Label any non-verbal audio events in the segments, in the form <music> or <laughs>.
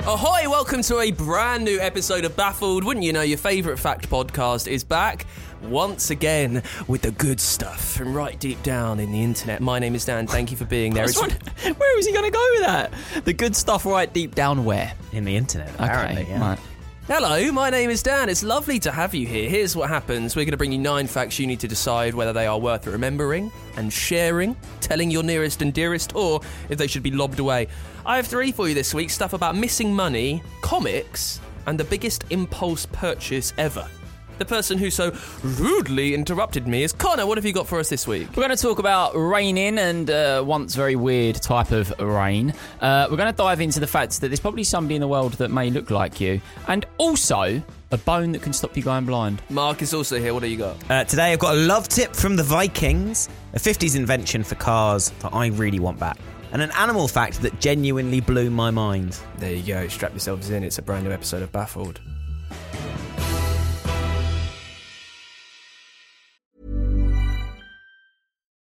Ahoy, welcome to a brand new episode of Baffled. Wouldn't you know, your favourite fact podcast is back once again with the good stuff from right deep down in the internet. My name is Dan, thank you for being there. It's- <laughs> where is he going to go with that? The good stuff right deep down where? in the internet, apparently. okay, yeah. right. Hello, my name is Dan. It's lovely to have you here. Here's what happens we're going to bring you nine facts you need to decide whether they are worth remembering and sharing, telling your nearest and dearest, or if they should be lobbed away. I have three for you this week stuff about missing money, comics, and the biggest impulse purchase ever. The person who so rudely interrupted me is Connor. What have you got for us this week? We're going to talk about rain in and uh, once very weird type of rain. Uh, we're going to dive into the fact that there's probably somebody in the world that may look like you, and also a bone that can stop you going blind. Mark is also here. What have you got? Uh, today I've got a love tip from the Vikings, a 50s invention for cars that I really want back, and an animal fact that genuinely blew my mind. There you go. Strap yourselves in. It's a brand new episode of Baffled.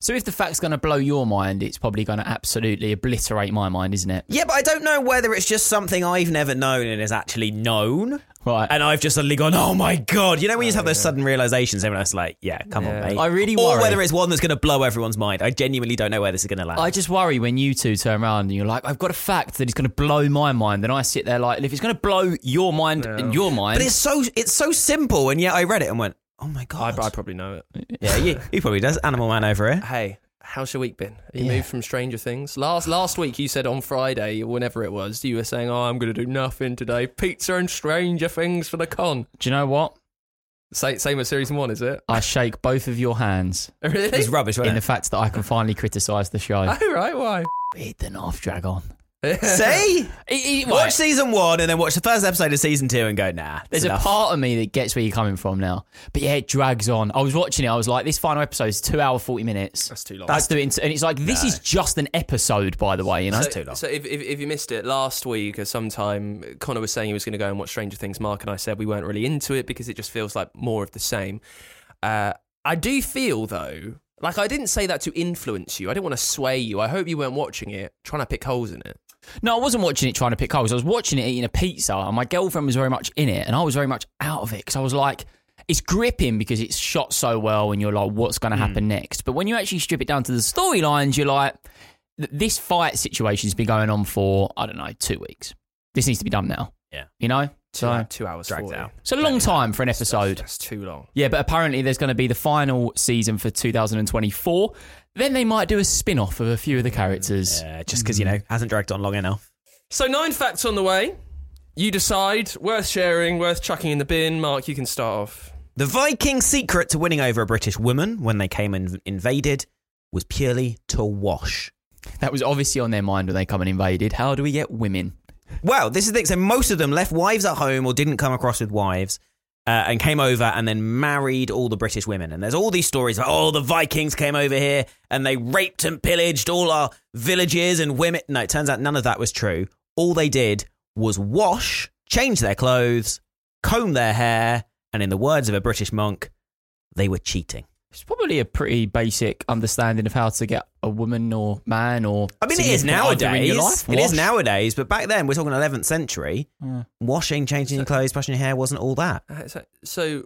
So if the fact's going to blow your mind, it's probably going to absolutely obliterate my mind, isn't it? Yeah, but I don't know whether it's just something I've never known and is actually known. Right. And I've just suddenly gone, oh my God. You know, when you just have those sudden realizations, everyone else is like, yeah, come on, mate. I really Or worry. whether it's one that's going to blow everyone's mind. I genuinely don't know where this is going to land. I just worry when you two turn around and you're like, I've got a fact that is going to blow my mind. Then I sit there like, if it's going to blow your mind and your mind, but it's so it's so simple, and yet I read it and went, oh my I, God. I probably know it. yeah, you, he probably does. Animal Man over here. Hey, how's your week been? You Yeah. moved from Stranger Things. Last last week you said on Friday, whenever it was, you were saying, "Oh, I'm going to do nothing today. Pizza and Stranger Things for the con." do you know what? Sa- same as season one, is it? I shake both of your hands It <laughs> was Really? rubbish, wasn't in the it? fact that I can finally criticise the show. Oh right, why? Eat the knife dragon. <laughs> See? Right. Watch season one and then watch the first episode of season two and go, nah. that's There's enough. a part of me that gets where you're coming from now. But yeah, it drags on. I was watching it. I was like, this final episode is two hour, 40 minutes. That's too long. Let's do it. into- And it's like, this is just an episode, by the way. You know? so, So if, if, if you missed it last week or sometime, Connor was saying he was going to go and watch Stranger Things. Mark and I said we weren't really into it because it just feels like more of the same. Uh, I do feel though, like I didn't say that to influence you. I didn't want to sway you. I hope you weren't watching it trying to pick holes in it. No, I wasn't watching it trying to pick holes. I was watching it eating a pizza, and my girlfriend was very much in it, and I was very much out of it because I was like, it's gripping because it's shot so well, and you're like, what's going to Hmm. happen next? But when you actually strip it down to the storylines, you're like, th- this fight situation's been going on for I don't know two weeks. This needs to be done now. Yeah. you know, Two, so two hours dragged 40. out. it's a long time for an episode. That's too long. Yeah, but apparently there's going to be the final season for 2024. Then they might do a spin off of a few of the characters. Yeah, just because, you know, Mm. hasn't dragged on long enough. So nine facts on the way. You decide. Worth sharing. Worth chucking in the bin. Mark, you can start off. The Viking secret to winning over a British woman when they came and invaded was purely to wash. That was obviously on their mind when they come and invaded. How do we get women? Well, this is the thing. So most of them left wives at home or didn't come across with wives. Uh, and came over and then married all the British women. And there's all these stories about, oh, the Vikings came over here and they raped and pillaged all our villages and women. No, it turns out none of that was true. All they did was wash, change their clothes, comb their hair, and in the words of a British monk, they were cheating. It's probably a pretty basic understanding of how to get a woman or man or. I mean, it is significant other in nowadays. your life. It is Wash. nowadays, but back then we're talking 11th century. Yeah. Washing, changing your clothes, brushing your hair wasn't all that. Uh, So, so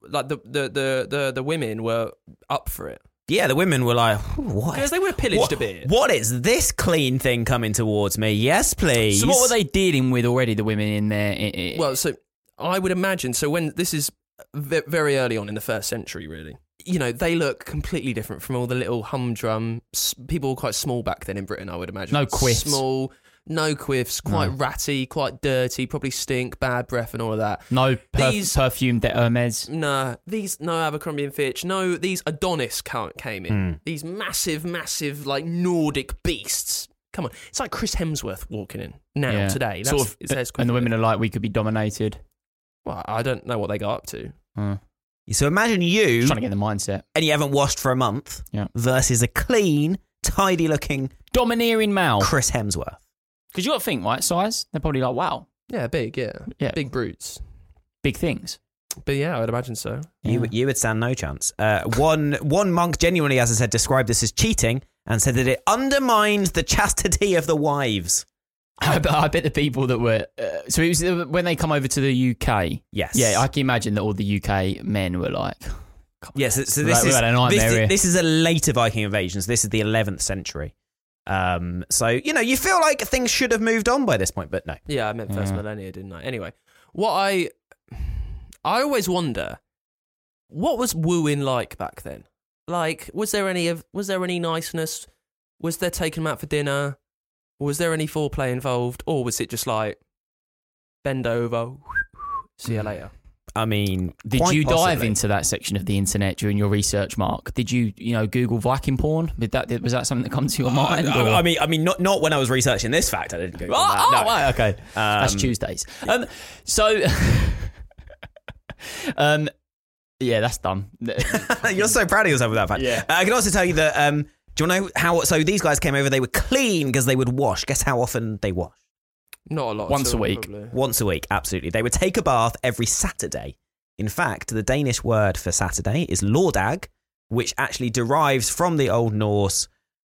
like the the, the, the the women were up for it. yeah, the women were like, "Ooh, what? Because they would have pillaged what- a bit. What is this clean thing coming towards me? Yes, please. So what were they dealing with already? The women in there. i- i- Well, so I would imagine. So when this is ve- very early on in the first century, really, you know, they look completely different from all the little humdrum s- people. Were quite small back then in Britain, I would imagine. No quiffs. small, no quiffs, quite ratty, quite dirty, probably stink, bad breath, and all of that. no perf- these- perfume that Hermes. Nah, these no Abercrombie and Fitch, no these Adonis ca- came in. Hmm. These massive, massive like Nordic beasts. Come on, it's like Chris Hemsworth walking in now Yeah. today. That's, Sort of- it's their squid and the women fit. are like, we could be dominated. Well, I don't know what they got up to. Uh, So imagine you just trying to get the mindset. and you haven't washed for a month Yeah. versus a clean, tidy looking Domineering male. Chris Hemsworth. Because you got to think, right? Size. They're probably like, wow, Yeah, big. Yeah, Yeah. big brutes. big things. <laughs> But yeah, I'd imagine so. Yeah. You, you would stand no chance. Uh, one, one monk genuinely, as I said, described this as cheating and said that it undermined the chastity of the wives. I, bet- I bet the people that were uh, so it was uh, when they come over to the UK. Yes. Yeah, I can imagine that all the UK men were like, Yes, so We've this had- we've is had a nightmare this, here. is this is a later Viking invasion. So this is the 11th century. Um, so you know, you feel like things should have moved on by this point, but no. Yeah, I meant first Yeah. millennia, didn't I? Anyway, what I I always wonder what was wooing like back then. Like, was there any of was there any niceness? Was there taking them out for dinner? Was there any foreplay involved, or was it just like bend over, see Mm. you later? I mean, did quite you dive possibly. into that section of the internet during your research, Mark? Did you, you know, Google Viking porn? Did that was that something that comes to your mind? I, or- I mean, I mean, not not when I was researching this fact. I didn't go. Oh, oh, that, no. right, okay. That's Um, Tuesdays. Um, so, <laughs> um, yeah, that's dumb. <laughs> You're so proud of yourself with that fact. Yeah. Uh, I can also tell you that. Um, do you know how? So these guys came over. They were clean because they would wash. Guess how often they wash? Not a lot. Once at all, a week. probably. Once a week, absolutely. They would take a bath every Saturday. In fact, the Danish word for Saturday is lordag, which actually derives from the Old Norse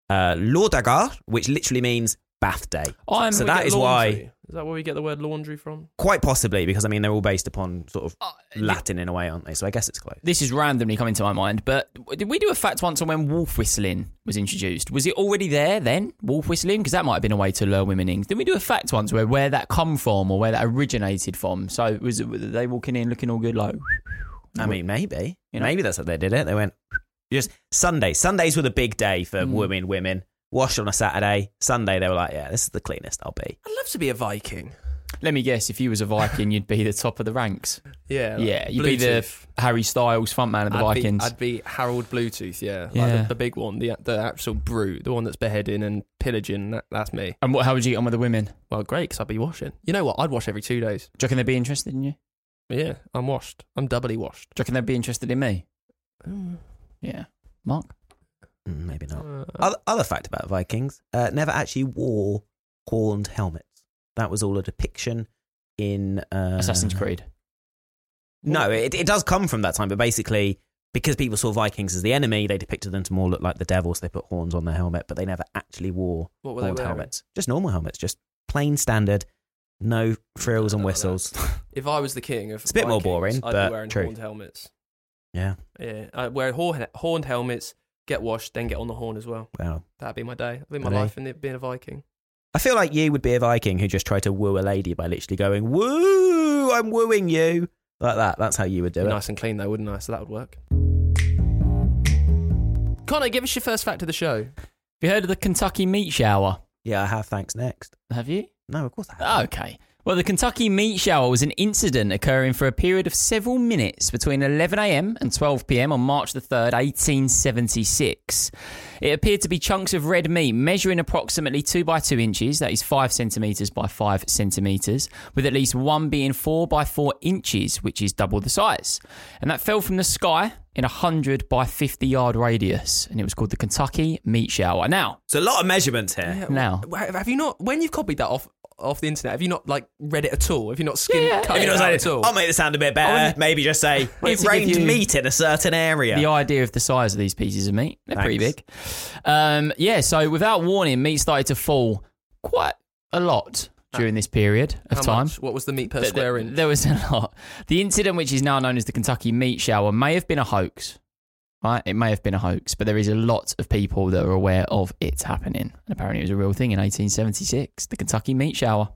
uh, lordagar, which literally means bath day. I'm- so We that get is why, laundry. is that where we get the word laundry from? quite possibly, because I mean, they're all based upon sort of yeah. Latin in a way, aren't they? So I guess it's close. This is randomly coming to my mind, but did we do a fact once on when wolf whistling was introduced? Was it already there then, wolf whistling? Because that might have been a way to lure women in. Did we do a fact once where where that come from or where that originated from? So was it, were they walking in looking all good like? I mean, maybe. You know? Maybe that's how they did it. They went just Sunday. Sundays were the big day for Hmm. women. Women washed on a Saturday. Sunday, they were like, yeah, this is the cleanest I'll be. I'd love to be a Viking. Let me guess, if you was a Viking, you'd be the top of the ranks. Yeah, like yeah, you'd be the Bluetooth. Harry Styles front man of the I'd Vikings. Be, I'd be Harold Bluetooth, yeah, like Yeah. the, the big one, the the actual brute, the one that's beheading and pillaging. That, that's me. and what, how would you get on with the women? Well, great, because I'd be washing. You know what? I'd wash every two days. Do you reckon they'd be interested in you? Do Yeah, I'm washed. I'm doubly washed. you reckon they'd be interested in me? Yeah. Mark? Mm, maybe not. Uh, Uh-huh. Other, other fact about Vikings uh, never actually wore horned helmets. That was all a depiction in uh, Assassin's Creed. No, it, it does come from that time, but basically. Because people saw Vikings as the enemy, they depicted them to more look like the devils. they put horns on their helmet, but they never actually wore what were they horned wearing? helmets. Just normal helmets, just plain standard, no frills and No, no, no. whistles. <laughs> If I was the king of It's a bit more Vikings, boring, I'd but be wearing true. horned helmets. Yeah. Yeah, I'd wear hor- horned helmets, get washed, then get on the horn as well. Wow. That'd be my day. That'd be my Really? life in it, being a Viking. I feel like you would be a Viking who just tried to woo a lady by literally going, Woo, I'm wooing you. Like that. That's how you would do Be it. nice and clean though, wouldn't I? So that would work. Connor, give us your first fact of the show. Have you heard of the Kentucky meat shower? Yeah, I have thanks next. Have you? No, of course I Oh. have. Ah, Okay. Well, the Kentucky meat shower was an incident occurring for a period of several minutes between 11am and 12pm on March the 3rd, 1876. It appeared to be chunks of red meat measuring approximately 2 by 2 inches, that is 5 centimetres by 5 centimetres, with at least one being 4 by 4 inches, which is double the size. And that fell from the sky in a 100 by 50 yard radius, and it was called the Kentucky meat shower. Now, It's a lot of measurements here. now. Wha- Have you not? When you've copied that off off the internet, have you not like read it at all? Have you not skimmed Yeah. cut Have it you You know, out so at all? I'll make this sound a bit better. I wouldn't- Maybe just say wanted it to give rained you meat in a certain area. the idea of the size of these pieces of meat. They're pretty Thanks. big. Um, yeah, so without warning, meat started to fall quite a lot during this period of How time. much? What was the meat per Th- th- square inch? There was a lot. The incident, which is now known as the Kentucky meat shower, may have been a hoax. right? It may have been a hoax, but there is a lot of people that are aware of it happening. And apparently it was a real thing in 1876, the Kentucky meat shower.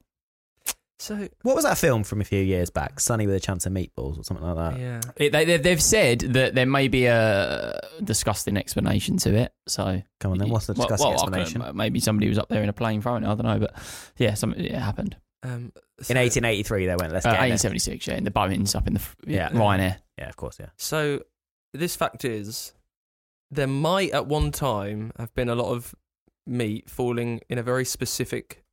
Uh, So What was that film from a few years back? Sunny with a Chance of Meatballs or something like that. yeah, It, they, they- they've said that there may be a disgusting explanation to it. So Come on then, what's the disgusting I couldn't- explanation? Maybe somebody was up there in a plane throwing it. I don't know, but yeah, something it happened. um, so, In 1883, they went, let's Uh, get it. 1876, yeah, in the Bowens up in the f- yeah, Yeah. Ryanair. Yeah, of course, yeah. So this fact is, there might at one time have been a lot of meat falling in a very specific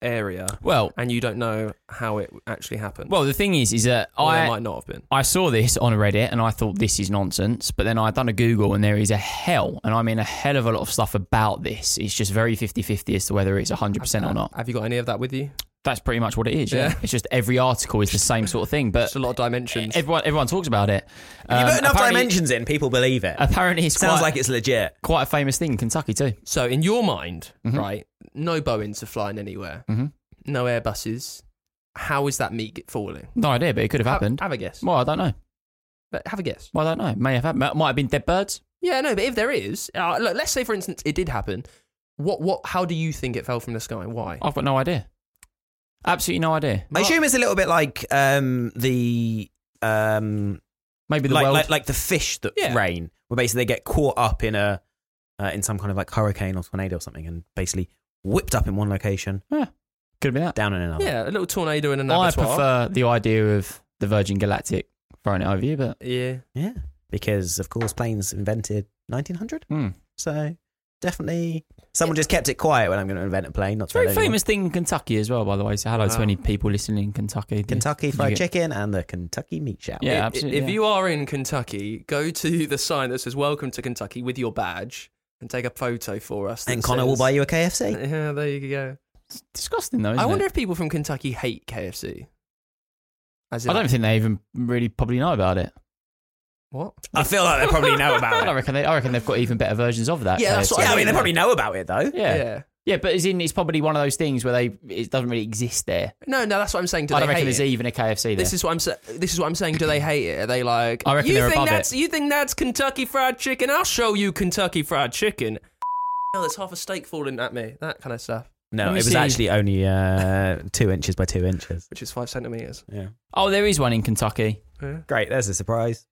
area, Well, and you don't know how it actually happened. well, the thing is, is that or there I might not have been. I saw this on Reddit and I thought this is nonsense, but then I done a Google and there is a hell, and I mean a hell of a lot of stuff about this. It's just very 50-50 as to whether it's hundred percent or not. Uh, Have you got any of that with you? That's pretty much what it is. Yeah, Yeah. it's just every article is the same sort of thing, but It's a lot of dimensions. Everyone, everyone talks about it. you Um, put enough apparently- dimensions in, people believe it. Apparently, it's Sounds quite, like it's legit. quite a famous thing in Kentucky too. So, in your mind, Mm-hmm. right, no Boeings are flying anywhere, Mhm. no Airbuses. How is that meat get falling? No idea, but it could have Have- happened. Have, a guess. Well, I don't know. But have a guess. Well, I don't know. May have happened. Might have been dead birds. Yeah, no. But if there is, uh, look, let's say for instance it did happen. What? What? How do you think it fell from the sky? Why? I've got no idea. Absolutely no idea. I assume it's a little bit like um, the um, Maybe the like, world. like like the fish that Yeah. rain, where basically they get caught up in a uh, in some kind of like hurricane or tornado or something, and basically whipped up in one location, could have been that. down in another. Ah, Yeah, a little tornado in an I abattoir. prefer the idea of the Virgin Galactic throwing it over you, but Yeah, Yeah, because of course planes invented 1900, hmm. so definitely someone just kept it quiet when I'm going to invent a plane. Not it's a very tell anyone. famous thing in Kentucky as well, by the way. So hello to Wow. any people listening in Kentucky. Kentucky You Fried get- Chicken and the Kentucky Meat Shower. Yeah, I- absolutely, If yeah. you are in Kentucky, go to the sign that says "Welcome to Kentucky" with your badge and take a photo for us. that and Connor will says- buy you a KFC. <laughs> Yeah, there you go. It's disgusting though. Isn't I wonder It? if people from Kentucky hate KFC. As in, I don't think they even really probably know about it. what? I feel like they probably know about I it. reckon they. I reckon they've got even better versions of that. Yeah, that's so what it's- <laughs> Yeah, I mean they probably know about it though. yeah. yeah. but as in, it's probably one of those things where they it doesn't really exist there. No, no, that's what I'm saying. Do I they don't reckon hate there's it? even a KFC there. This is what I'm sa- this is what I'm saying. Do they hate it? Are they like? I reckon you they're think above that's it." you think that's Kentucky Fried Chicken? I'll show you Kentucky Fried Chicken. Oh, there's half a steak falling at me. That kind of stuff, No, Let it me was see. actually only uh, two inches by two inches. which is five centimeters. Yeah, oh, there is one in Kentucky. Yeah. great. There's a surprise.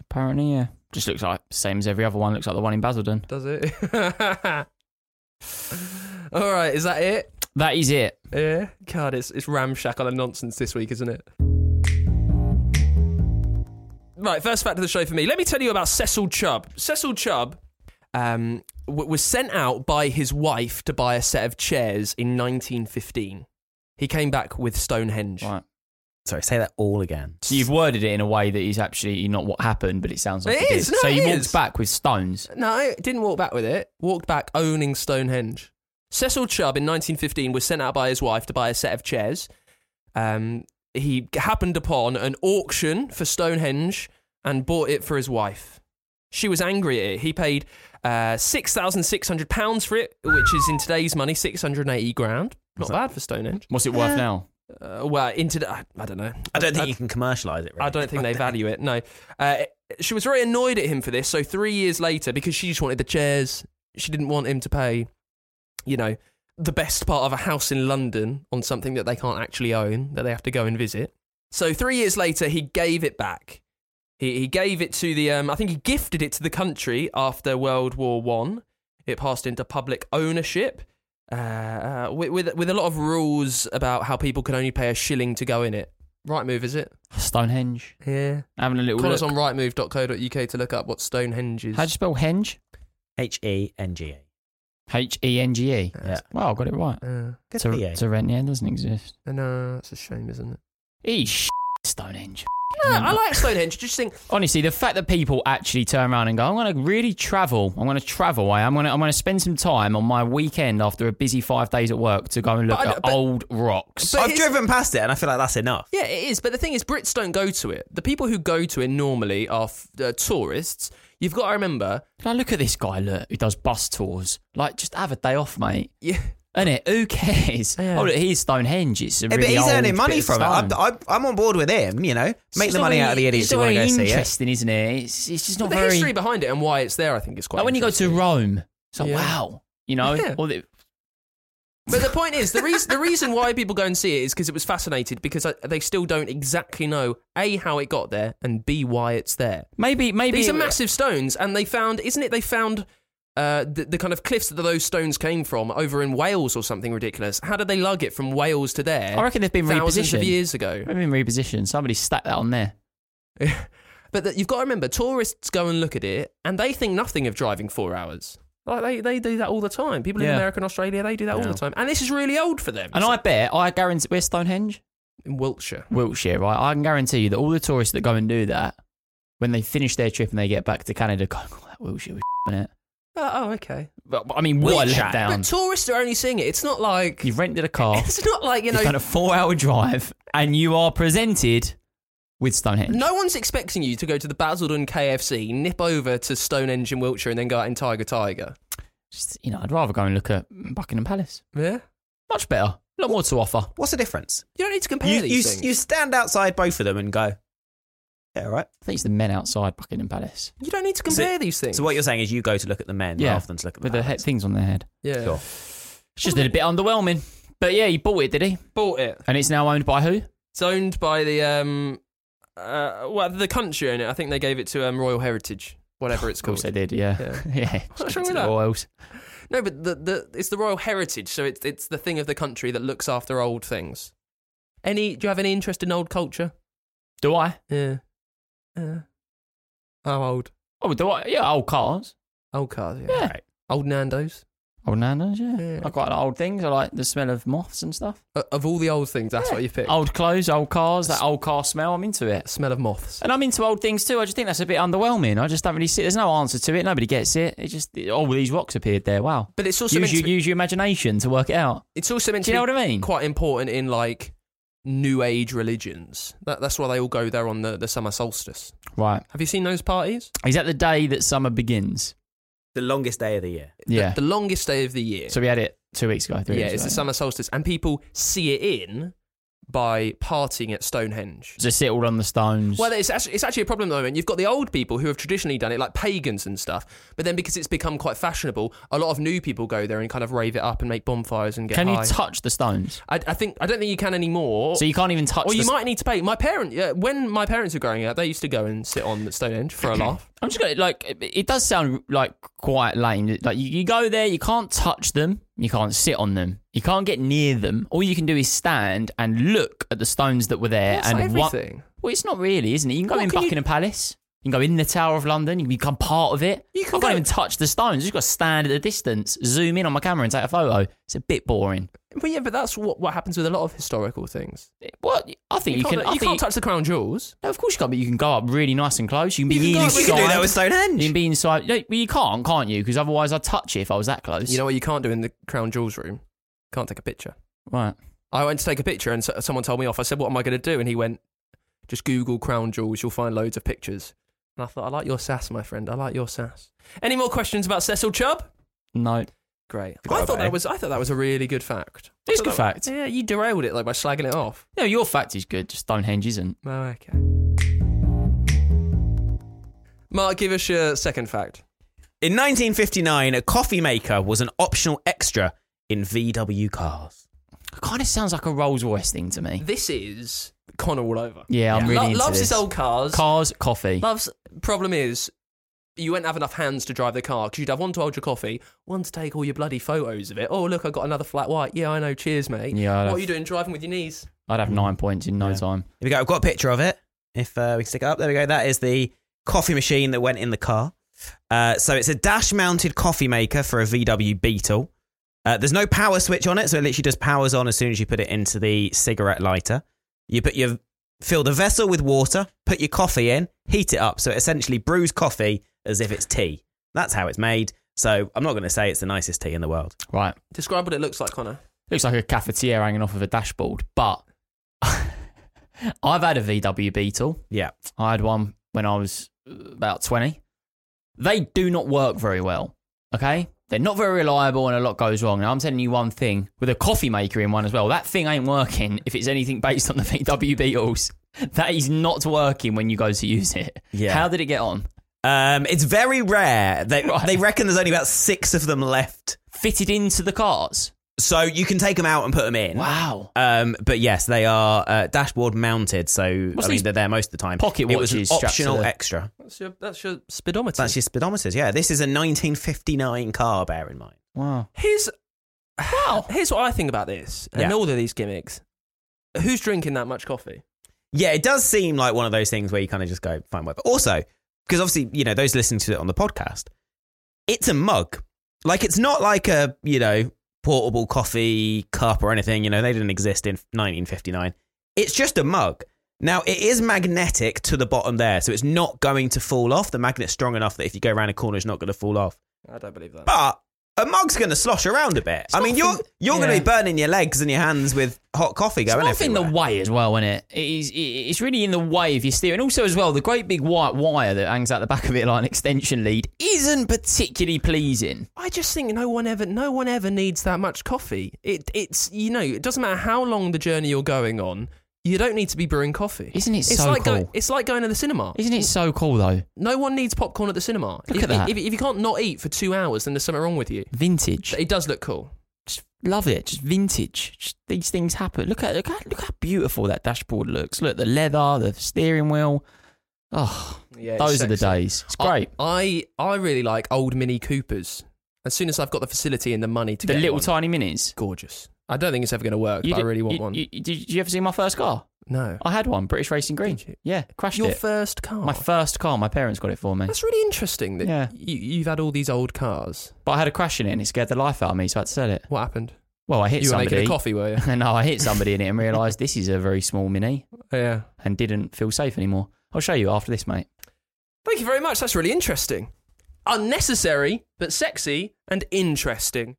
Apparently, yeah. Just looks like same as every other one. Looks like the one in Basildon. Does <laughs> it? <laughs> All right, is that it? That is it. Yeah. God, it's it's ramshackle and nonsense this week, isn't it? Right, first fact of the show for me. Let me tell you about Cecil Chubb. Cecil Chubb um, w- was sent out by his wife to buy a set of chairs in 1915. He came back with Stonehenge. Right. Sorry, say that all again. So you've worded it in a way that is absolutely not what happened, but it sounds like It it, is, did. no, so it he is. walks back with stones. No, didn't walk back with it. Walked back owning Stonehenge. Cecil Chubb in 1915 was sent out by his wife to buy a set of chairs. Um, he happened upon an auction for Stonehenge and bought it for his wife. She was angry at it. He paid uh, £6,600 for it, which is in today's money 680 grand. Not bad for Stonehenge. What's it worth now? Uh, well, into I, I don't know. I don't think you can commercialise it. Really. I don't think they value it. No, uh, she was very annoyed at him for this. So three years later, because she just wanted the chairs, she didn't want him to pay, you know, the best part of a house in London on something that they can't actually own that they have to go and visit. So three years later, he gave it back. He he gave it to the um, I think he gifted it to the country after World War One. It passed into public ownership. Uh, with, with with a lot of rules about how people can only pay a shilling to go in it. Right move, is it? Stonehenge. Yeah. Having a little Call us look. on rightmove.co.uk to look up what Stonehenge is. How do you spell henge? <laughs> H E N G A. H e n g e. Yeah. Wow, I got it right. Uh, Good for To, you. to rent, yeah, it doesn't exist. and uh, that's a shame, isn't it? E sh- Stonehenge. No, I like Stonehenge. Just think, Honestly, the fact that people actually turn around and go, "I'm going to really travel. I'm going to travel. I am going to. I'm going to spend some time on my weekend after a busy five days at work to go and look But I- at but- old rocks." but I've it's- driven past it, and I feel like that's enough. yeah, it is. But the thing is, Brits don't go to it. The people who go to it normally are f- uh, tourists. You've got to remember, Now look at this guy, look who does bus tours. Like, just have a day off, mate. yeah, isn't it? Who cares? Yeah. Oh, look, here's Stonehenge. It's a Yeah, really but he's old earning money bit of from it. stone. I'm, I'm- I'm on board with him. You know, make It's the not money really- out of the idiots It's who not want to go very see it. interesting, isn't it? It's, it's just But not the very. history behind it and why it's there, I think, is quite. like when you go to interesting. Rome, it's like Yeah. wow, you know. Yeah. Well, the- But the point is, the reason the reason why people go and see it is because it was fascinated because I, they still don't exactly know a how it got there and b why it's there. maybe maybe These are it- massive stones, and they found, isn't it? They found uh, the, the kind of cliffs that those stones came from over in Wales or something ridiculous. How did they lug it from Wales to there? I reckon they've been thousands of repositioned. years ago. Maybe in reposition, somebody stacked that on there. But that you've got to remember, tourists go and look at it, and they think nothing of driving four hours. Like they, they do that all the time. People in Yeah. America and Australia, they do that all Yeah. the time. And this is really old for them. And I bet, I guarantee, where's Stonehenge? in Wiltshire. Wiltshire, right? I can guarantee you that all the tourists that go and do that, when they finish their trip and they get back to Canada, <laughs> go, oh, that Wiltshire was in it. Oh, oh, okay. But, but I mean, what a Wiltshire. But letdown. tourists are only seeing it. It's not like <laughs> You've rented a car, it's not like you you've done know. a four hour drive, and you are presented with Stonehenge. No one's expecting you to go to the Basildon KFC, nip over to Stonehenge in Wiltshire, and then go out in Tiger Tiger. Just, you know, I'd rather go and look at Buckingham Palace. Yeah, Much better. A lot more to offer. What's the difference? you don't need to compare You, you, these things. you stand outside both of them and go, yeah, all right. I think it's the men outside Buckingham Palace You don't need to So- compare these things. So what you're saying is you go to look at the men Yeah, rather than to look at the with the he- palace. things on their head. yeah, Sure. It's just a little bit underwhelming. But yeah, he bought it, did he? bought it. And it's now owned by who? It's owned by the um, uh, well, the country own it. I think they gave it to um, Royal Heritage, whatever <laughs> it's Of course called. they did, yeah. Yeah. <laughs> Yeah. What's Stick wrong with it to the that? Royals. No, but the, the it's the Royal Heritage, so it's it's the thing of the country that looks after old things. Any? Do you have any interest in old culture? Do I? Yeah. Yeah. How old? Oh, do I? Yeah, old cars. Old cars. Yeah. Yeah. Right. Old Nando's. Old Nando's, yeah. Yeah. I quite like old things. I like the smell of moths and stuff. O- of all the old things, that's what you pick. Old clothes, old cars, that old car smell. I'm into it. Smell of moths. And I'm into old things too. I just think that's a bit underwhelming. I just don't really see. There's no answer to it. Nobody gets it. It just oh, well, these rocks appeared there. Wow. But it's also use meant to your, be- use your imagination to work it out. It's also meant Do you to know be what I mean? quite important in like New Age religions. That, that's why they all go there on the, the summer solstice. Right. Have you seen those parties? Is that the day that summer begins? The longest day of the year. The- Yeah. The, longest day of the year. so we had it two weeks ago. Three yeah, weeks it's ago. the summer solstice, and people see it in by partying at Stonehenge. Just sit all on the stones. Well, it's actually, it's actually a problem at the moment. You've got the old people who have traditionally done it, like pagans and stuff. But then because it's become quite fashionable, a lot of new people go there and kind of rave it up and make bonfires and get Can high. you touch the stones? I, I think I don't think you can anymore. So you can't even touch. or you the might need to pay. My parent, yeah, when my parents were growing up, they used to go and sit on Stonehenge <coughs> for a laugh. I'm just gonna like. it- It does sound like quite lame. Like you, you go there, you can't touch them, you can't sit on them, you can't get near them. All you can do is stand and look at the stones that were there. That's and like what- everything. well, it's not really, isn't it? You can go What in can you- Buckingham Palace. You can go in the Tower of London. You can become part of it. You I can can't go- even touch the stones. You've got to stand at a distance, zoom in on my camera, and take a photo. It's a bit boring. But yeah, but that's what, what happens with a lot of historical things. What I think you, can't, can. I you think can't touch the crown jewels. No, of course you can't. But you can go up really nice and close. You can be You can go up- inside. we You can do that with Stonehenge. You can be inside. No, well, you can't, can't you? Because otherwise, I'd touch it if I was that close. You know what you can't do in the crown jewels room? Can't take a picture. right? I went to take a picture and so- someone told me off. I said, "What am I going to do?" And he went, "Just Google crown jewels. You'll find loads of pictures." And I thought, "I like your sass, my friend. I like your sass." Any more questions about Cecil Chubb? No, Great. Forgot I thought about that it. was I thought that was a really good fact. I It's thought a good that- fact. Yeah, you derailed it like by slagging it off. no, your fact is good. Just Stonehenge isn't. Oh, okay. Mark, give us your second fact. In 1959, a coffee maker was an optional extra in VW cars. It kind of sounds like a Rolls Royce thing to me. This is Connor all over. Yeah, I'm really Lo- into loves this. his old cars. Cars, coffee. Loves. Problem is, you won't have enough hands to drive the car because you'd have one to hold your coffee, one to take all your bloody photos of it. Oh, look, I got another flat white. Yeah, I know. Cheers, mate. Yeah, I'd What have- are you doing driving with your knees? I'd have nine points in no Yeah. time. Here we go. I've got a picture of it. If uh, we can stick it up, there we go. That is the coffee machine that went in the car. Uh, so it's a dash-mounted coffee maker for a VW Beetle. Uh, there's no power switch on it, so it literally just powers on as soon as you put it into the cigarette lighter. You put your fill the vessel with water, put your coffee in, heat it up, so it essentially brews coffee as if it's tea. That's how it's made. So I'm not going to say it's the nicest tea in the world. Right. Describe what it looks like, Connor. Looks like a cafetiere hanging off of a dashboard. But <laughs> I've had a VW Beetle. Yeah, I had one when I was uh, about 20. They do not work very well. Okay. They're not very reliable and a lot goes wrong. Now, I'm telling you one thing with a coffee maker in one as well. That thing ain't working if it's anything based on the VW Beetles. <laughs> That is not working when you go to use it. Yeah. How did it get on? Um, it's very rare. They Right. they reckon there's only about six of them left. Fitted into the cars. So you can take them out and put them in. Wow. Um, but yes, they are uh, dashboard mounted, so I mean these they're there most of the time. pocket it was an watches strapped to optional the- extra. That's your, that's your speedometer. That's your speedometers. Yeah, this is a 1959 car. Bear in mind. Wow. Here's wow. <sighs> Here's what I think about this and Yeah. all of these gimmicks. Who's drinking that much coffee? Yeah, it does seem like one of those things where you kind of just go fine, whatever. Also, because obviously you know those listening to it on the podcast, it's a mug. Like it's not like a you know portable coffee cup or anything. You know they didn't exist in 1959. It's just a mug. Now it is magnetic to the bottom there, so it's not going to fall off. The magnet's strong enough that if you go around a corner, it's not going to fall off. I don't believe that. But a mug's going to slosh around a bit. I nothing- mean, you're you're going to yeah. be burning your legs and your hands with hot coffee It's going. one thing the everywhere. way as well, isn't it? it is, it- it's really in the way of your steering. Also, as well, the great big white wire that hangs out the back of it like an extension lead isn't particularly pleasing. I just think no one ever, no one ever needs that much coffee. It, it's you know, it doesn't matter how long the journey you're going on. You don't need to be brewing coffee. Isn't it it's so like go- cool? it's like going to the cinema. Isn't it so cool though? no one needs popcorn at the cinema. Look if, at that. If, if you can't not eat for two hours, then there's something wrong with you. Vintage. It does look cool. Just love it. Just vintage. Just these things happen. Look at look at look how beautiful that dashboard looks. Look the leather, the steering wheel. Oh, Yeah, Oh, those are the days. It's great. I, I really like old Mini Coopers. As soon as I've got the facility and the money to the get little one. tiny minis. gorgeous. I don't think it's ever going to work, but I did- really want you- one. You, you- did you ever see my first car? no, I had one, British Racing Green. Did you? Yeah, crashed your it. first car. my first car. My parents got it for me, That's really interesting that Yeah. you, you've had all these old cars. but I had a crash in it and it scared the life out of me, so I had to sell it. What happened? Well, I hit you were somebody. making a coffee, were you? no, I hit somebody in it <laughs> and realised this is a very small mini yeah. and didn't feel safe anymore. I'll show you after this, mate. Thank you very much. That's really interesting. Unnecessary, but sexy and interesting.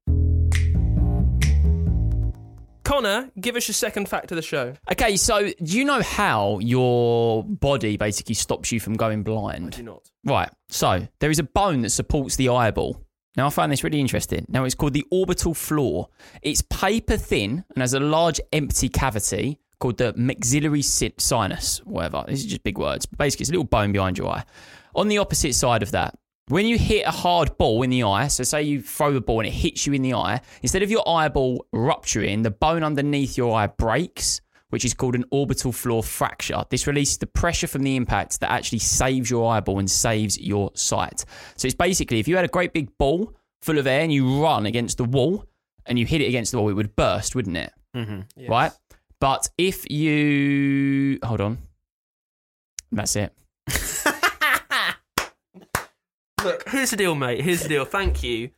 Connor, give us your second fact of the show. Okay, so do you know how your body basically stops you from going I blind? do not. Right. So there is a bone that supports the eyeball. Now I found this really interesting. Now it's called the orbital floor. It's paper thin and has a large empty cavity called the maxillary si- sinus. Whatever. These are just big words. But basically, it's a little bone behind your eye. On the opposite side of that, when you hit a hard ball in the eye, so say you throw a ball and it hits you in the eye, instead of your eyeball rupturing, the bone underneath your eye breaks which is called an orbital floor fracture. This releases the pressure from the impact that actually saves your eyeball and saves your sight. So it's basically if you had a great big ball full of air and you run against the wall and you hit it against the wall, it would burst, wouldn't it? Mm-hmm. Right? But if you. Hold on. That's it. Look, here's the deal, mate. Here's the deal. Thank you.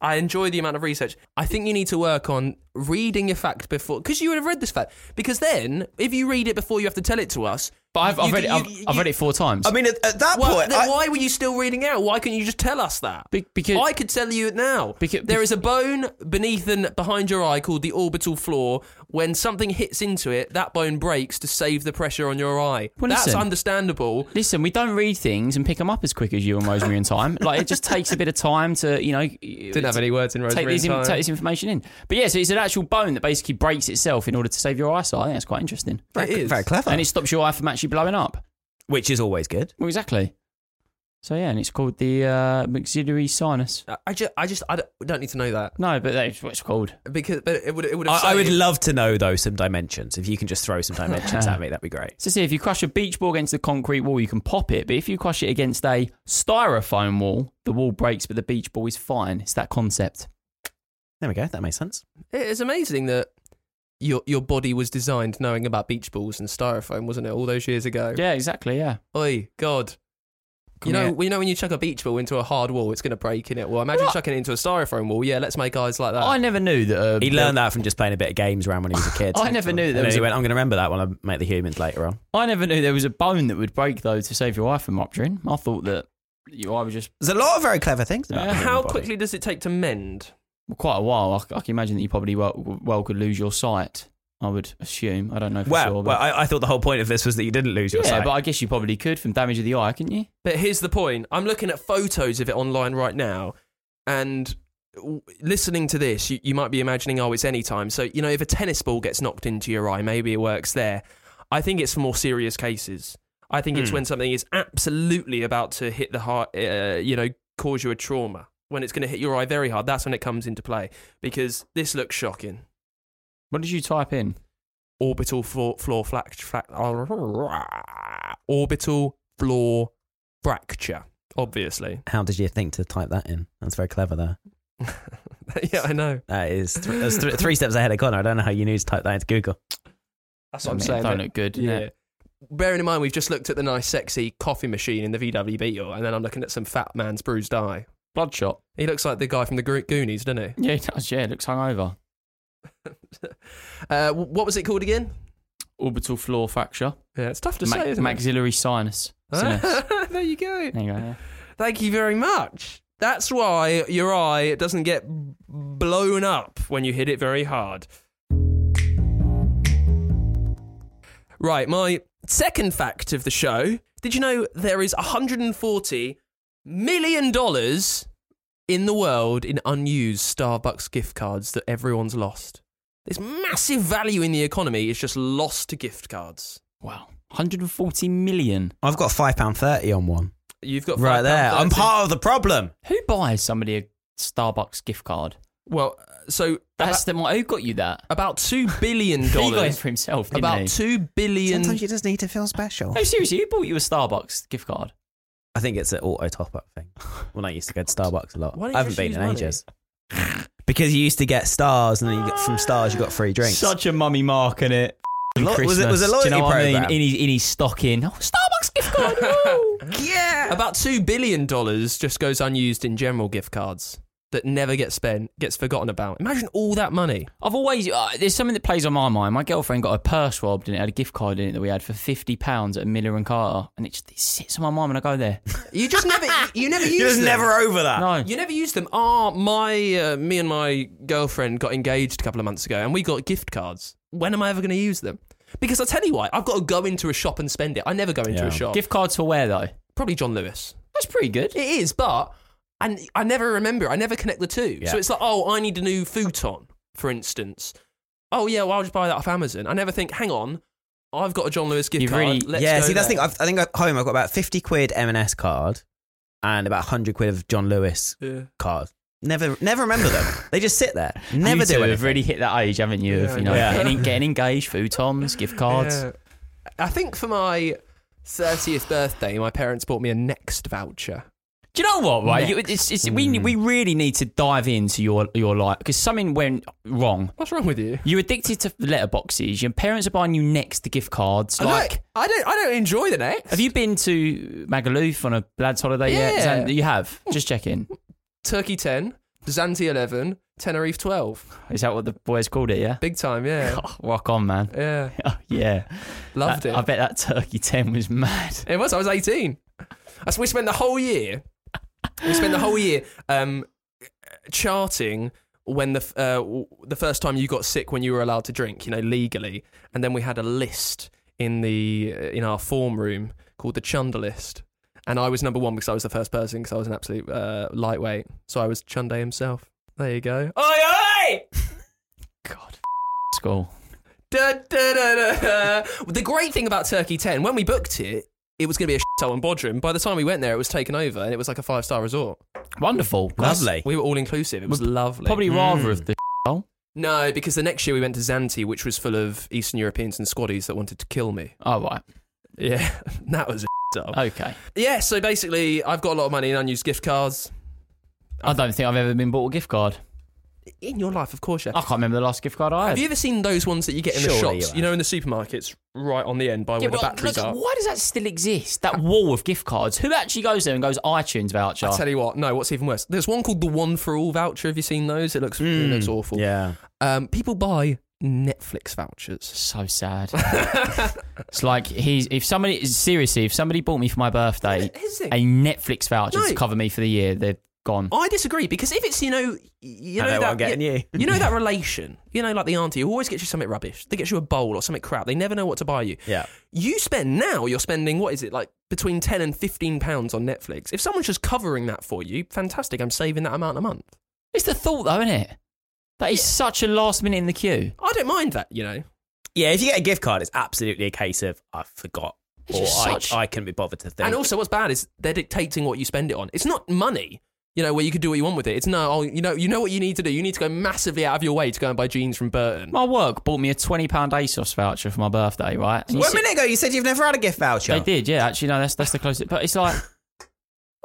I enjoy the amount of research. I think you need to work on reading your fact before, because you would have read this fact. Because then, if you read it before you have to tell it to us, But I've, you- I've you- read it. I've, you- I've you- read it four times. I mean, at, at that Well, point, then I- why were you still reading out? Why couldn't you just tell us that? Be- because- I could tell you it now. Becau- there is a bone beneath and behind your eye called the orbital floor. When something hits into it, that bone breaks to save the pressure on your eye. Well, That's listen. understandable. Listen, we don't read things and pick them up as quick as you and Rosemary in time. Like it just takes a bit of time to, you know, didn't words in take these in- take this information in. But yeah, so it's an actual bone that basically breaks itself in order to save your eyesight. I think that's quite interesting, It is. very clever, and it stops your eye from actually blowing up. which is always good. Well, exactly. So yeah, and it's called the uh, maxillary sinus. I- I just, I just, I don't- don't need to know that No, but that's what it's called. because but it would, it would have. I, I would saved- love to know though some dimensions. If you can just throw some <laughs> dimensions at me, that'd be great. So see, if you crush a beach ball against the concrete wall, you can pop it. But if you crush it against a styrofoam wall, the wall breaks, but the beach ball is fine. It's that concept. There we go. That makes sense. It is amazing that your your body was designed knowing about beach balls and styrofoam, wasn't it? All those years ago. Yeah, exactly. Yeah. Oi, God. Come you know, here. we know when you chuck a beach ball into a hard wall, it's going to break in it. Well, imagine What? chucking it into a styrofoam wall. Yeah, let's make eyes like that. I never knew that. Uh, He learned that from just playing a bit of games around when he was a kid. <laughs> I never knew And there then was he a- went, "I'm going to remember that when I make the humans later on." I never knew there was a bone that would break though to save your eye from rupturing. I thought that your eye was just There's a lot of very clever things about Yeah. the human How body. quickly does it take to mend? Well, quite a while. I, I can imagine that you probably well, well could lose your sight. I would assume. I don't know for <laughs> Well, sure. well, But I, I thought the whole point of this was that you didn't lose your yeah, sight. but I guess you probably could from damage of the eye, couldn't you? But here's the point. I'm looking at photos of it online right now, and w- listening to this, you, you might be imagining, oh, it's any time. So, you know, if a tennis ball gets knocked into your eye, maybe it works there. I think it's for more serious cases. I think it's when something is absolutely about to hit the heart, uh, you know, cause you a trauma. When it's going to hit your eye very hard, that's when it comes into play. Because this looks shocking. What did you type in? Orbital floor, floor flac- frac- <laughs> orbital floor fracture, obviously. How did you think to type that in? That's very clever there. <laughs> yeah, I know. That is th- that's th- three steps ahead of Connor. I don't know how you knew to type that into Google. That's I mean, it don't look good, Yeah. innit? Bearing in mind, we've just looked at the nice, sexy coffee machine in the VW Beetle, and then I'm looking at some fat man's bruised eye. Bloodshot. He looks like the guy from the Gro- Goonies, doesn't he? Yeah, it does. Yeah, it looks hungover. Uh, w- what was it called again? Orbital floor fracture. Yeah, it's tough to Ma- say, isn't it? maxillary sinus. <laughs> Sinus. <laughs> there you go. there you go. yeah. Thank you very much. That's why your eye it doesn't get b- blown up when you hit it very hard. Right, my second fact of the show. Did you know there is 140 million dollars in the world in unused Starbucks gift cards that everyone's lost? This massive value in the economy is just lost to gift cards. Wow. 140 million. I've got five pound thirty on one You've got right there. I'm £5.30. part of the problem. Who buys somebody a Starbucks gift card? Well, so That's the one. Who got you that? about two <laughs> billion He got it dollars. for himself, didn't about he? two billion. you just need to feel special. No, seriously, who bought you a Starbucks gift card? I think it's an auto top up thing. When I used to go <laughs> to Starbucks a lot, Why don't you I haven't just been use in money? ages. because you used to get stars, and then you got, from stars you got free drinks. a mummy mark in it. Lo- was it- was it Christmas. loyalty Do you know what I programme? mean? In his, in his stocking. Oh, Starbucks gift card. woo! yeah. About two billion dollars just goes unused in general gift cards that never get spent, gets forgotten about. Imagine all that money. I've always uh, there's something that plays on my mind. My girlfriend got a purse robbed and it had a gift card in it that we had for fifty pounds at Miller and Carter, and it just it sits on my mind when I go there. You just <laughs> never, you, you never use You're just them. never over that. No, You never use them. Ah, my, uh, me and my girlfriend got engaged a couple of months ago, and we got gift cards. When am I ever going to use them? Because I tell you why, I've got to go into a shop and spend it. I never go into Yeah. a shop. <laughs> gift cards for where though? Probably John Lewis. That's pretty It good. is, but and I never remember. I never connect the two. Yeah. So it's like, oh, I need a new futon, for instance. Oh yeah, well I'll just buy that off Amazon. I never think, hang on, I've got a John Lewis gift You've card. really- Let's yeah, go see, that's the there. thing. I've, I think at home I've got about 50 quid M&S card and about 100 quid of John Lewis Yeah. card. Never never <laughs> remember them. they just sit there. Never you do two anything. have really hit that age, haven't you? Yeah, of, you know, yeah. getting, getting engaged, futons, gift cards. Yeah. I think for my thirtieth birthday, my parents bought me a Next voucher. Do you know what? Right, You- it's, it's, Hmm. we we really need to dive into your your life because something went wrong. What's wrong with you? You're addicted to letterboxes. Your parents are buying you next to gift cards. Like, Like I don't, I don't enjoy the Next. have you been to Magaluf on a lads' holiday yet? Yeah. Zan- you have. Just checking. Turkey ten, Zante eleven, Tenerife twelve, Is that what the boys called it? Yeah. big time. <laughs> Yeah, Oh, rock on, man. yeah, yeah. loved That- it. I bet that turkey ten was mad. <laughs> It was. I was 18. That's we spent the whole year. We spent the whole year um, charting when the f- uh, w- the first time you got sick when you were allowed to drink, you know, legally, and then we had a list in the uh, in our form room called the Chunder list. And I was number one because I was the first person because I was an absolute uh, lightweight. So I was Chunde himself. There you go. Oi, oi! God. School. Da, da, da, da. The great thing about Turkey 10, when we booked it, it was going to be a shithole in Bodrum. By the time we went there, it was taken over and it was like a five star resort. Wonderful. Lovely. We were all inclusive. It was lovely. Probably rather Hmm. of the. No, because the next year we went to Zante, which was full of Eastern Europeans and squaddies that wanted to kill me. Oh right. Yeah, <laughs> that was a shithole. Okay. Yeah, so basically, I've got a lot of money in unused gift cards. I don't think I've ever been bought a gift card. In your life, of course, yeah. I can't remember the last gift card I Have had. you ever seen those ones that you get in the Surely shops? you You, know, in the supermarkets, right on the end by where the batteries look, are. why does that still exist? That wall of gift cards. Who actually goes there and goes iTunes voucher? I tell you what, no, what's even worse? There's one called the One for All voucher. Have you seen those? It looks it looks awful. Hmm. Mm. Yeah. Um, people buy Netflix vouchers. so <laughs> sad. it's like he's if somebody seriously if somebody bought me for my birthday Here's the thing. a Netflix voucher to No. cover me for the year, they're Oh. gone. I disagree because if it's you know you I know know what that I'm getting you. know <laughs> that relation, you know like the auntie who always gets you something rubbish. They get you a bowl or something crap. They never know what to buy you. Yeah. You spend now. You're spending what is it like between ten and fifteen pounds on Netflix. If someone's just covering that for you, fantastic. I'm saving that amount a month. It's the thought, though, isn't it? That is such a last minute in the queue. I don't mind that, you know. Yeah, if you get a gift card, it's absolutely a case of I forgot It's or just I, such- I couldn't be bothered to think. And also, what's bad is they're dictating what you spend it on. It's not money, you know, where you can do what you want with it. It's no, oh, you know, you know what you need to do. You need to go massively out of your way to go and buy jeans from Burton. My work bought me a £20 ASOS voucher for my birthday, right? And you well, a see- minute ago you said you've never had a gift voucher. They did, yeah. Actually, no, that's, that's the closest. But it's <laughs> like,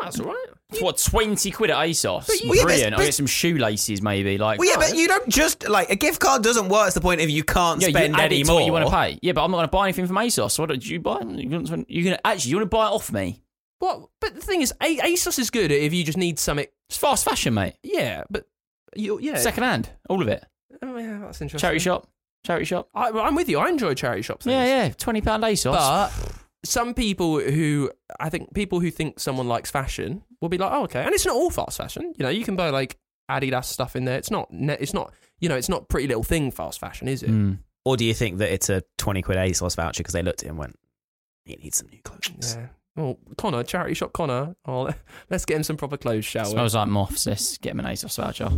That's all right. it's what, 20 quid at ASOS? But you- Well, yeah, Brilliant. that's- I'll get some shoelaces, maybe. Like, Well, yeah, but you don't just like a gift card doesn't work to the point of you can't Yeah, spend you add it to anymore. what you want to pay. Yeah, but I'm not going to buy anything from ASOS. What did you buy? You want to- You're going to actually, you want to buy it off me? What? But the thing is, a- ASOS is good if you just need something. It's fast fashion, mate. Yeah, but you, yeah, Second hand, all of it. Oh, yeah, that's interesting. Charity shop, charity shop. I, I'm with you. I enjoy charity shops. Yeah, yeah, twenty pound ASOS. But some people who I think people who think someone likes fashion will be like, oh, okay. And it's not all fast fashion. You know, you can buy like Adidas stuff in there. It's not. ne- It's not. You know, it's not Pretty Little Thing fast fashion, is it? Mm. Or do you think that it's a twenty quid ASOS voucher because they looked at him and went, "You need some new clothes." Yeah. Well, Connor, charity shop Connor. Oh, le- <laughs> let's get him some proper clothes, Oh, shall we? Smells like moths. Let's get him an ASOS <laughs> voucher.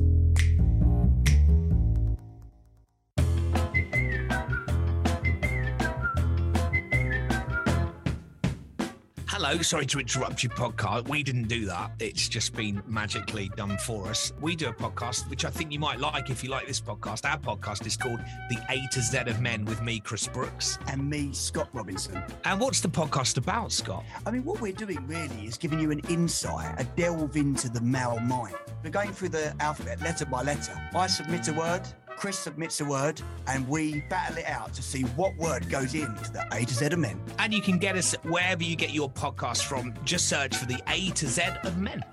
Hello, sorry to interrupt your podcast. We didn't do that. It's just been magically done for us. We do a podcast, which I think you might like if you like this podcast. Our podcast is called The A to Z of Men with me, Chris Brooks. and me, Scott Robinson. And what's the podcast about, Scott? I mean, what we're doing really is giving you an insight, a delve into the male mind. We're going through the alphabet letter by letter. I submit a word, Chris submits a word, and we battle it out to see what word goes into the A to Z of men. And you can get us wherever you get your podcast from. Just search for The A to Z of Men.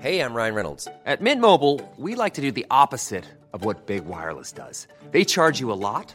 Hey, I'm Ryan Reynolds. At Mint Mobile, we like to do the opposite of what Big Wireless does. They charge you a lot,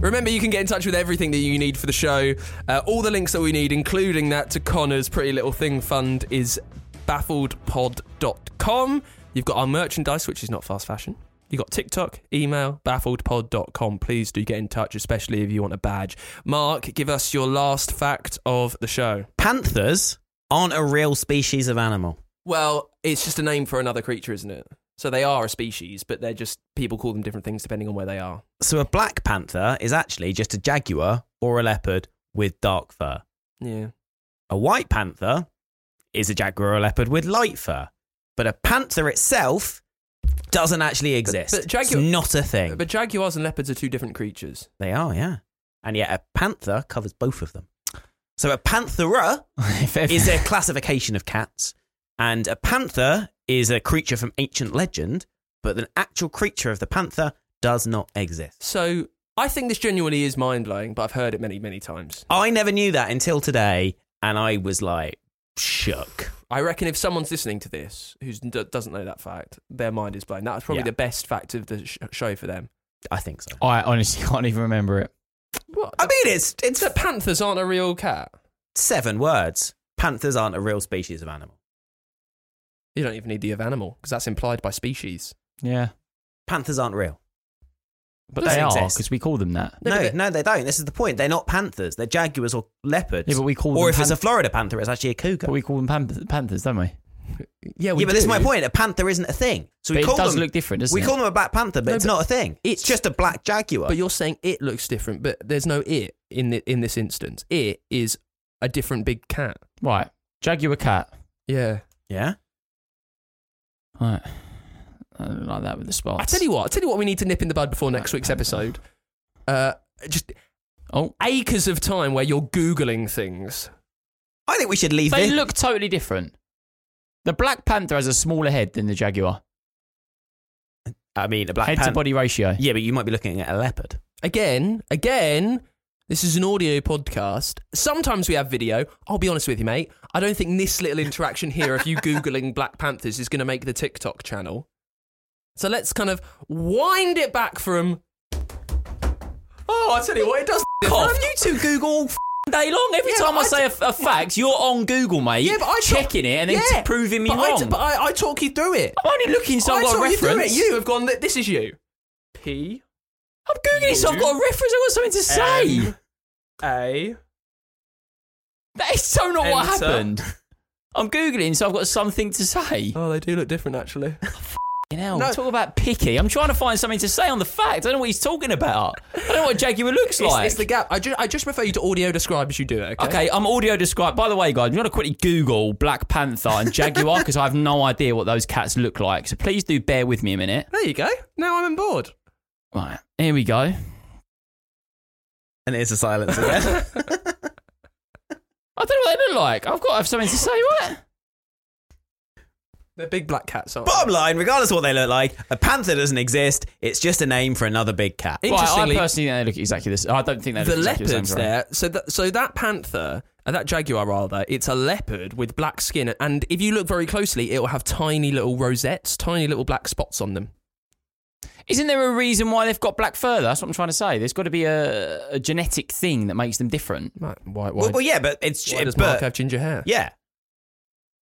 Remember, you can get in touch with everything that you need for the show. Uh, all the links that we need, including that to Connor's Pretty Little Thing Fund, is baffledpod.com. You've got our merchandise, which is not fast fashion. You've got TikTok, email, baffledpod.com. Please do get in touch, especially if you want a badge. Mark, give us your last fact of the show. Panthers aren't a real species of animal. Well, it's just a name for another creature, isn't it? So they are a species, but they're just people call them different things depending on where they are. So a black panther is actually just a jaguar or a leopard with dark fur. Yeah. A white panther is a jaguar or leopard with light fur, but a panther itself doesn't actually exist. but jaguar- it's not a thing. But jaguars and leopards are two different creatures. they are, yeah. And yet a panther covers both of them. So <laughs> a panthera If- if- is a classification of cats, and a panther is a creature from ancient legend, but an actual creature of the panther does not exist. So I think this genuinely is mind blowing, but I've heard it many, many times. I never knew that until today, and I was like shook. I reckon if someone's listening to this who d- doesn't know that fact, their mind is blown. That's probably Yeah. the best fact of the sh- show for them. I think so. I honestly can't even remember it. What? I mean, it's it's that panthers aren't a real cat. seven words. Panthers aren't a real species of animal. You don't even need the of animal because that's implied by species. Yeah. Panthers aren't real. But Doesn't they are, exist. because we call them that. No, no, they don't. This is the point. They're not panthers. They're jaguars or leopards. Yeah, but we call or them if it's a pan- Florida panther, it's actually a cougar. But we call them pan- panthers, don't we? Yeah, we yeah, but this is do. my point. A panther isn't a thing. So we But it call does them, look different, doesn't we it? call them a black panther, but No, it's but not a thing. It's just a black jaguar. But you're saying it looks different, but there's no it in the, in this instance. It is a different big cat. Right. Jaguar cat. Yeah. yeah. Right. I don't like that with the spots. I tell you what. I tell you what. We need to nip in the bud before next week's episode. Uh, just Oh. acres of time where you're googling things. I think we should leave They this. look totally different. The Black Panther has a smaller head than the Jaguar. I mean, a black head to panther. body ratio. Yeah, but you might be looking at a leopard. Again, again. This is an audio podcast. Sometimes we have video. I'll be honest with you, mate. I don't think this little interaction here of you googling Black Panthers is going to make the TikTok channel. So let's kind of wind it back from. Oh, I tell you what, it does. <laughs> Cough. You two Google all f***ing day long every Every time I, say a, a fact, you're on Google, mate. Yeah, but I talk- checking it and then Yeah, proving me but wrong. I, but I, I talk you through it. I'm only looking so I've got a talk You, reference. through it. you have gone. "Th- This is you. P I'm googling it, so I've got a reference. I've got something to say. A. that is so not what Enter. happened. <laughs> I'm googling, so I've got something to say. Oh, they do look different, actually. You know, No. talk about picky. I'm trying to find something to say on the fact. I don't know what he's talking about. I don't know what a jaguar looks It's, like. it's the gap. I, ju- I just prefer you to audio describe as you do it. Okay. Okay, I'm audio described. By the way, guys, you want to quickly Google Black Panther and Jaguar <laughs> because I have no idea what those cats look like. So please do bear with me a minute. There you go. Now I'm on board. Right, here we go. And it's a silence <laughs> again. I don't know what they look like. I've got to have something to say, right? They're big black cats. Aren't Bottom line, regardless of what they look like, a panther doesn't exist. It's just a name for another big cat. It- Well, I Interestingly- personally think they look exactly this. I don't think they they? look The exactly the leopards same. there. So that so that panther. uh, That jaguar, rather, it's a leopard with black skin, and if you look very closely, it will have tiny little rosettes, tiny little black spots on them. Isn't there a reason why they've got black fur? though? That's what I'm trying to say. There's got to be a, a genetic thing that makes them different. Right, Why? Why, well, well, yeah, but it's why does but- Mark have ginger hair? yeah.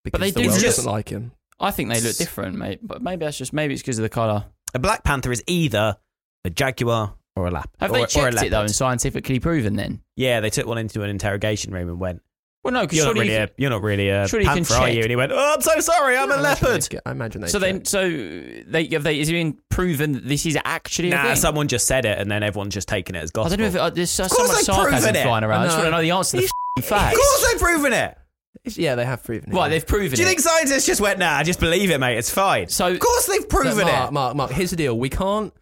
because they the do world just- doesn't like him. I think they look different, mate. But maybe that's just maybe it's because of the color. A black panther is either a jaguar or a lap. Have or, they or a checked it though leopard. and scientifically proven? Then Yeah, they took one into an interrogation room and went, well, no, because "You're not surely really you a, you're not really a surely you can panther, are you?" check. And he went, "Oh, I'm so sorry, I'm a I imagine leopard." they get- I imagine they. So check. then, so they have they is it been proven that this is actually a Nah, thing? someone just said it, and then everyone's just taken it as I gospel. don't know if it, uh, there's uh, so course much they've sarcasm proven it. flying around. I, I just want to know. know the answer to the f***ing <laughs> of facts. course, they've proven it. yeah, they have proven it. Right, yeah. they've proven Do you it. think scientists just went, "Nah, just believe it, mate. It's fine." So- of course, they've Look, proven Mark, it. Mark, Mark, here's the deal. We can't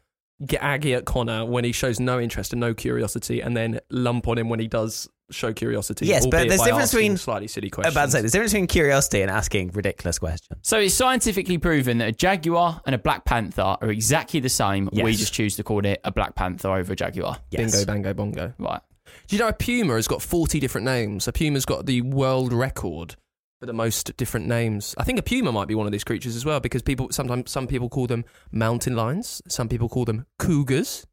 get aggy at Connor when he shows no interest and no curiosity and then lump on him when he does show curiosity. Yes, but albeit there's by difference asking between- slightly silly I'm questions. about to say, there's a difference between curiosity and asking ridiculous questions. So it's scientifically proven that a jaguar and a black panther are exactly the same. We Yes. just choose to call it a black panther over a jaguar. Yes. Bingo, bango, bongo. Right. Do you know a puma has got 40 different names? A puma's got the world record for the most different names. I think a puma might be one of these creatures as well because people sometimes some people call them mountain lions, some people call them cougars.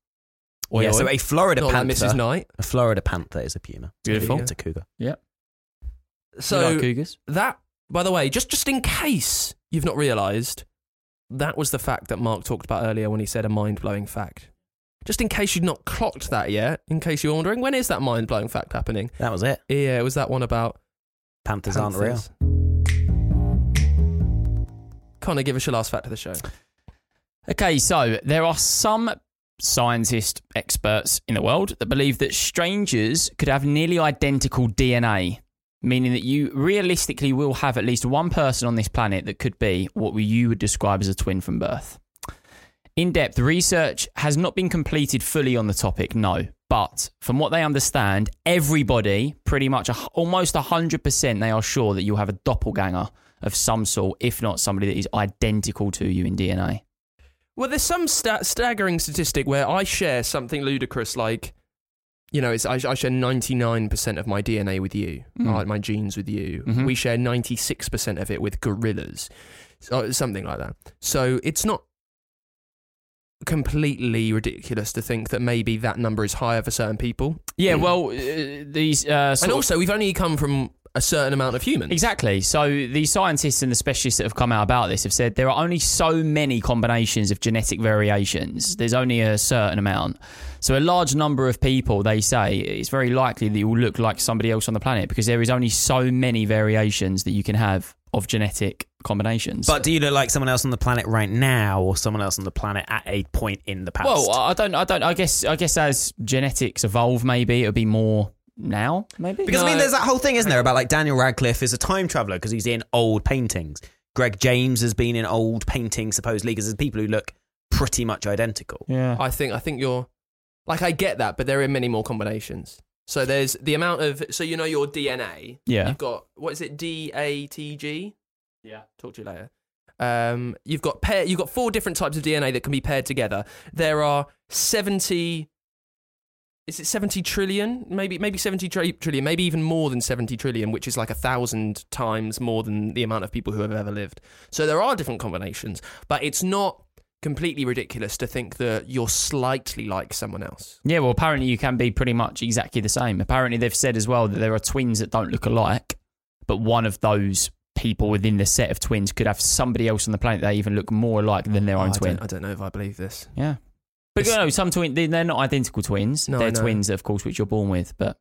Oi, yeah, so oi. a Florida Not like panther, Mrs. Knight. a Florida panther is a puma. Beautiful. It's a cougar. So You like cougars. that by the way just just in case you've not realized that was the fact that mark talked about earlier when he said a mind-blowing fact just in case you've not clocked that yet in case you're wondering when is that mind-blowing fact happening That was it. yeah it was that one about Panthers, aren't real. panthers. connor give us your last fact of the show Okay, so there are some scientist experts in the world that believe that strangers could have nearly identical DNA, meaning that you realistically will have at least one person on this planet that could be what you would describe as a twin from birth. In depth research has not been completed fully on the topic, no. But from what they understand, everybody, pretty much a- almost 100%, they are sure that you'll have a doppelganger of some sort, if not somebody that is identical to you in DNA. Well, there's some sta- staggering statistic where I share something ludicrous, like, you know, it's, I, I share 99% of my DNA with you, Mm. like my genes with you. Mhm. We share 96% of it with gorillas, so, something like that. So it's not completely ridiculous to think that maybe Hmm. that number is higher for certain people. Yeah, well, uh, these uh, sort and of- also, we've only come from a certain amount of humans. Exactly. So the scientists and the specialists that have come out about this have said there are only so many combinations of genetic variations. There's only a certain amount. So a large number of people, they say, it's very likely that you will look like somebody else on the planet because there is only so many variations that you can have of genetic combinations. But do you look like someone else on the planet right now, or someone else on the planet at a point in the past? well, I I don't, I don't, I guess, I guess as genetics evolve, maybe it'll be more now, maybe. Because I mean, there's that whole thing, isn't there, about like Daniel Radcliffe is a time traveler because he's in old paintings. Greg James has been in old paintings, supposedly, because there's people who look pretty much identical. yeah. I think I think you're like I get that, but there are many more combinations. So there's the amount of so you know your DNA. Yeah. You've got what is it? D A T G. Yeah. Talk to you later. Um, you've got pair. You've got four different types of DNA that can be paired together. There are seventy. Is it seventy trillion? Maybe maybe seventy tri- trillion. Maybe even more than seventy trillion, which is like a thousand times more than the amount of people who have ever lived. So there are different combinations, but it's not completely ridiculous to think that you're slightly like someone else. Yeah, well, apparently you can be pretty much exactly the same. Apparently, they've said as well that there are twins that don't look alike, but one of those people within the set of twins could have somebody else on the planet that even look more alike than their Oh, I own don't- twin. I don't know if I believe this. Yeah. But you It's- know, some twin they- they're not identical twins. No, I they're know. twins, of course, which you're born with. But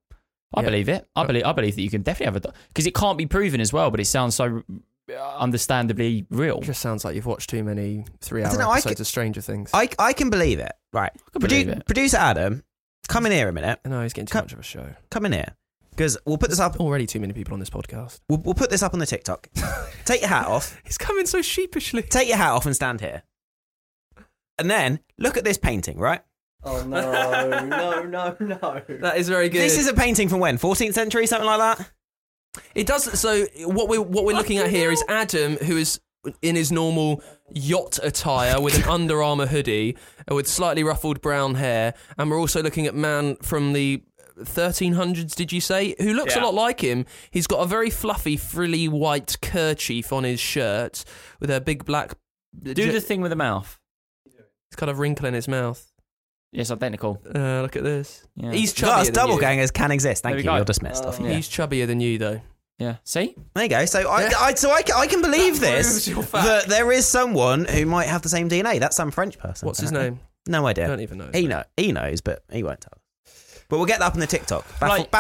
I Yeah. believe it. I believe I believe that you can definitely have a because it can't be proven as well. But it sounds so uh, understandably real. It just sounds like you've watched too many I three-hour don't know, I episodes ca- of Stranger Things. I I, I can believe it. Right. can believe it. Producer Adam, come in here a minute. know he's getting too Cut. much of a show. Come in here. Because we'll put this up. Already too many people on this podcast. We'll, we'll put this up on the <laughs> TikTok. Take your hat off. He's coming so sheepishly. Take your hat off and stand here. And then look at this painting, right? Oh no, no, no, no. That is very good. This is a painting from when? 14th century, something like that? it does. So what we're what we're looking at here is Adam, who is in his normal yacht attire with an <laughs> Under Armour hoodie uh, with slightly ruffled brown hair, and we're also looking at man from the 1300s. Did you say? Who looks a lot like him. He's got a very fluffy, frilly white kerchief on his shirt with a big black. Do the thing with the mouth. It's kind of wrinkle in his mouth. Yes, identical. Uh, look at this. Yeah. He's chubbier Class than double you. gangers can exist. Thank There we you. go. You're dismissed. Oh. off you. Yeah. He's chubbier than you, though. Yeah. See. There you go. So I, Yeah. I so I, ca- I can believe That this proves your fact. that there is someone who might have the same DNA. That's some French person. What's his apparently. name? No idea. Don't even know his He name. know he knows, but he won't tell. us. But we'll get that up on the TikTok. Baffled, Like-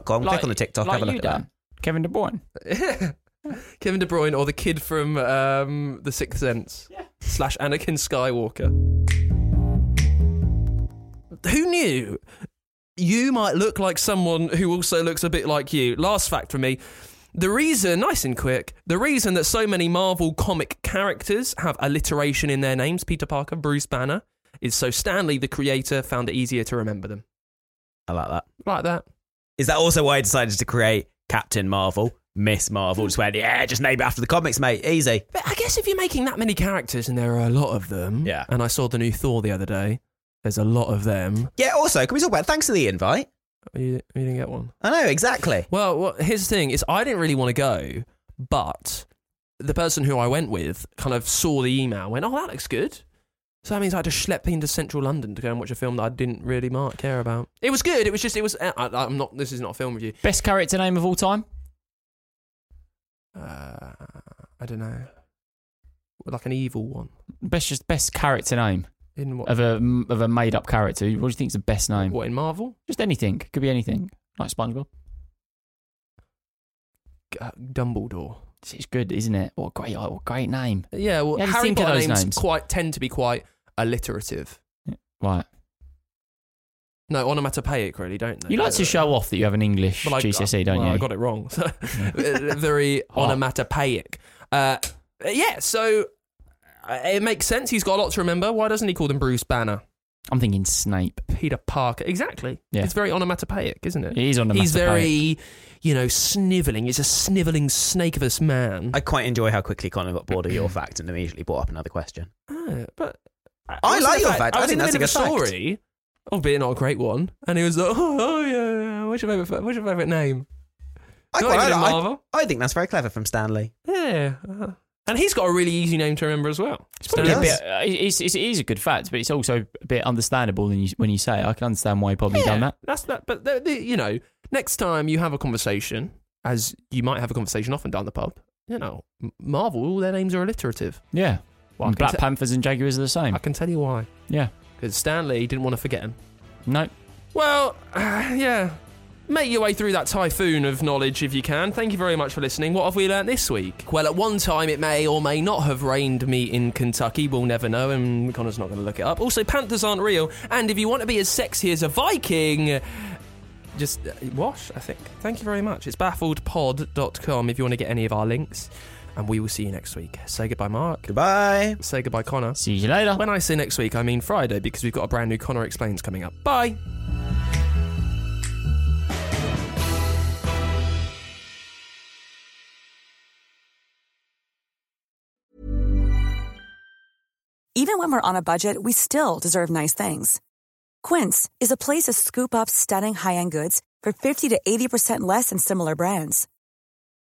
baffledpod.com. click on the TikTok. like have a look you at that. done. Kevin De Bruyne. Kevin De Bruyne or the kid from um, The Sixth Sense slash Anakin Skywalker. Who knew? You might look like someone who also looks a bit like you. Last fact for me. The reason, nice and quick, the reason that so many Marvel comic characters have alliteration in their names, Peter Parker, Bruce Banner, is so Stanley, the creator, found it easier to remember them. I like that. Like that. Is that also why I decided to create Captain Marvel, Miss Marvel? Just went, yeah, just name it after the comics, mate. Easy. But I guess if you're making that many characters and there are a lot of them, Yeah. And I saw the new Thor the other day. There's a lot of them. Yeah. Also, can we talk about? Thanks for the invite. You, you didn't get one. I know exactly. Well, well, here's the thing: is I didn't really want to go, but the person who I went with kind of saw the email, went, "Oh, that looks good." So that means I had to schlep into central London to go and watch a film that I didn't really mark care about. It was good. It was just it was. uh, I, I'm not. This is not a film review. Best character name of all time. Uh, I don't know. Like an evil one. Best just best character name. In what? of a of a made up character. What do you think's the best name? What in Marvel? Just anything. Could be anything. Like SpongeBob. Uh, Dumbledore. It's- It's good, isn't it? What a great, what a great name. Yeah, well, Yeah, just Harry think of Potter those names, names. quite tend to be quite alliterative. Right. No, onomatopoeic, really, don't they? You like to show off that you have an English Well, I- GCSE, E, don't well, you? I got it wrong. <laughs> So very onomatopoeic. Uh, yeah, so uh, it makes sense. He's got a lot to remember. Why doesn't he call them Bruce Banner, I'm thinking Snape. Peter Parker? Exactly. Yeah. It's very onomatopoeic, isn't it? It is on the He's very, you know, sniveling. He's a sniveling snake of us man. I quite enjoy how quickly Connor got bored of your fact and immediately brought up another question. Ah, but I was like in your the fact. I was in think the that's middle a of good fact. story, albeit not a great one. And he was like, <laughs> "Oh, oh yeah, yeah, what's your favorite? What's your favorite name?" I, Not quite even like in that. I- Marvel. I think that's very clever from Stanley. Yeah, uh-huh. and he's got a really easy name to remember as well. Probably a Stanley. bit- uh, it's, it's, it is a good fact, but it's also a bit understandable when you, when you say it. I can understand why he probably Yeah, done that. That's that. But the, the, you know, next time you have a conversation as you might have a conversation often down the pub, you know, M- Marvel, all their names are alliterative. Yeah. Well, I and can Black te- Panthers and Jaguars are the same. I can tell you why. yeah. Because Stanley didn't want to forget him. No. Well, <sighs> yeah. Make your way through that typhoon of knowledge if you can. Thank you very much for listening. What have we learnt this week? Well, at one time it may or may not have rained me in Kentucky. We'll never know, and Connor's not going to look it up. Also, panthers aren't real, and if you want to be as sexy as a Viking, just uh, wash, I think. Thank you very much. It's baffledpod.com if you want to get any of our links, and we will see you next week. Say goodbye, Mark. Goodbye. Say goodbye, Connor. See you later. When I say next week, I mean Friday because we've got a brand new Connor Explains coming up. Bye. Even when we're on a budget, we still deserve nice things. Quince is a place to scoop up stunning high-end goods for 50 to 80% less than similar brands.